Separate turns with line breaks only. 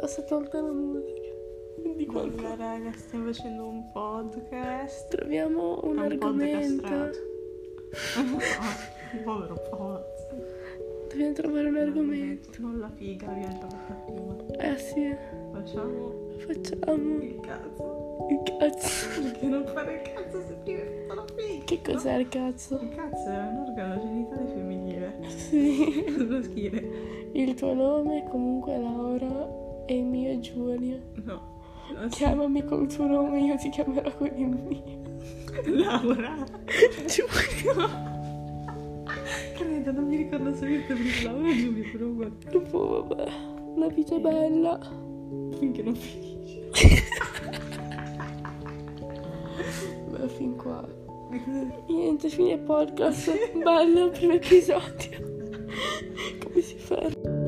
passata tutta la musica. Di
Allora,
qualcosa.
raga, stiamo facendo un podcast.
Troviamo un,
È un podcast
argomento.
castrato. Oh, Povero podcast.
Dobbiamo trovare un argomento.
Non la figa, abbiamo già fatto prima.
Eh sì,
Facciamo
facciamo
il cazzo.
il cazzo.
Perché non fare il cazzo se ti metto la figa?
Che cos'è il cazzo?
Il cazzo è un organo genitale femminile.
Sì.
Lo schire.
Il tuo nome è comunque Laura e il mio è Giulia.
No. No, sì.
Chiamami col tuo nome, io ti chiamerò con il mio.
Laura.
Giulia.
Credo, non mi ricordo se mi perché Laura o Giulia, però guarda.
Dopo, vabbè. La vita è bella.
Finché non finisce.
Ma fin qua. Niente, fine podcast. Bello, primo episodio. Come si fa?